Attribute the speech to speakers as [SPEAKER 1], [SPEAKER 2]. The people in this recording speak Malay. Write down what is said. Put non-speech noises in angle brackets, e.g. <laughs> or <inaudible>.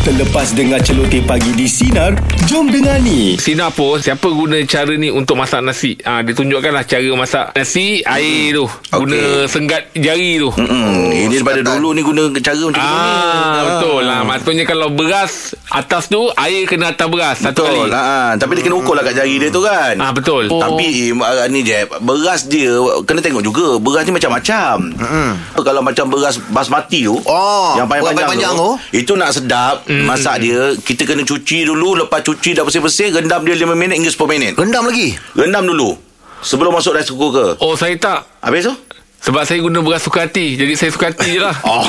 [SPEAKER 1] Terlepas dengar celoteh pagi di Sinar, jom dengar ni.
[SPEAKER 2] Sinar pun Siapa guna cara ni Untuk masak nasi ha, Dia tunjukkan lah Cara masak nasi Air tu Guna senggat jari tu
[SPEAKER 3] Hmm, ini daripada
[SPEAKER 4] Sepatan.
[SPEAKER 3] dulu ni guna cara macam tu ni.
[SPEAKER 2] Ah, Betul lah Maksudnya kalau beras Atas tu Air kena atas beras Satu
[SPEAKER 3] Betul
[SPEAKER 2] kali
[SPEAKER 3] lah. Tapi dia kena ukur lah kat jari dia tu kan.
[SPEAKER 2] Ah, betul.
[SPEAKER 3] Tapi eh, ni je beras dia kena tengok juga. Beras ni macam-macam. Hmm. Kalau macam beras basmati tu,
[SPEAKER 4] Oh,
[SPEAKER 3] yang paling
[SPEAKER 4] beras
[SPEAKER 3] panjang,
[SPEAKER 4] panjang
[SPEAKER 3] tu, itu nak sedap masak dia, kita kena cuci dulu, lepas cuci dah bersih-bersih, rendam dia 5 minit hingga 10 minit.
[SPEAKER 4] Rendam lagi
[SPEAKER 3] Rendam dulu. Sebelum masuk rice cooker ke.
[SPEAKER 2] Oh saya tak
[SPEAKER 3] Habis tu?
[SPEAKER 2] Sebab <laughs>
[SPEAKER 3] <laughs>
[SPEAKER 2] Oh. saya guna beras suka hati Jadi saya suka hati je lah
[SPEAKER 3] Oh.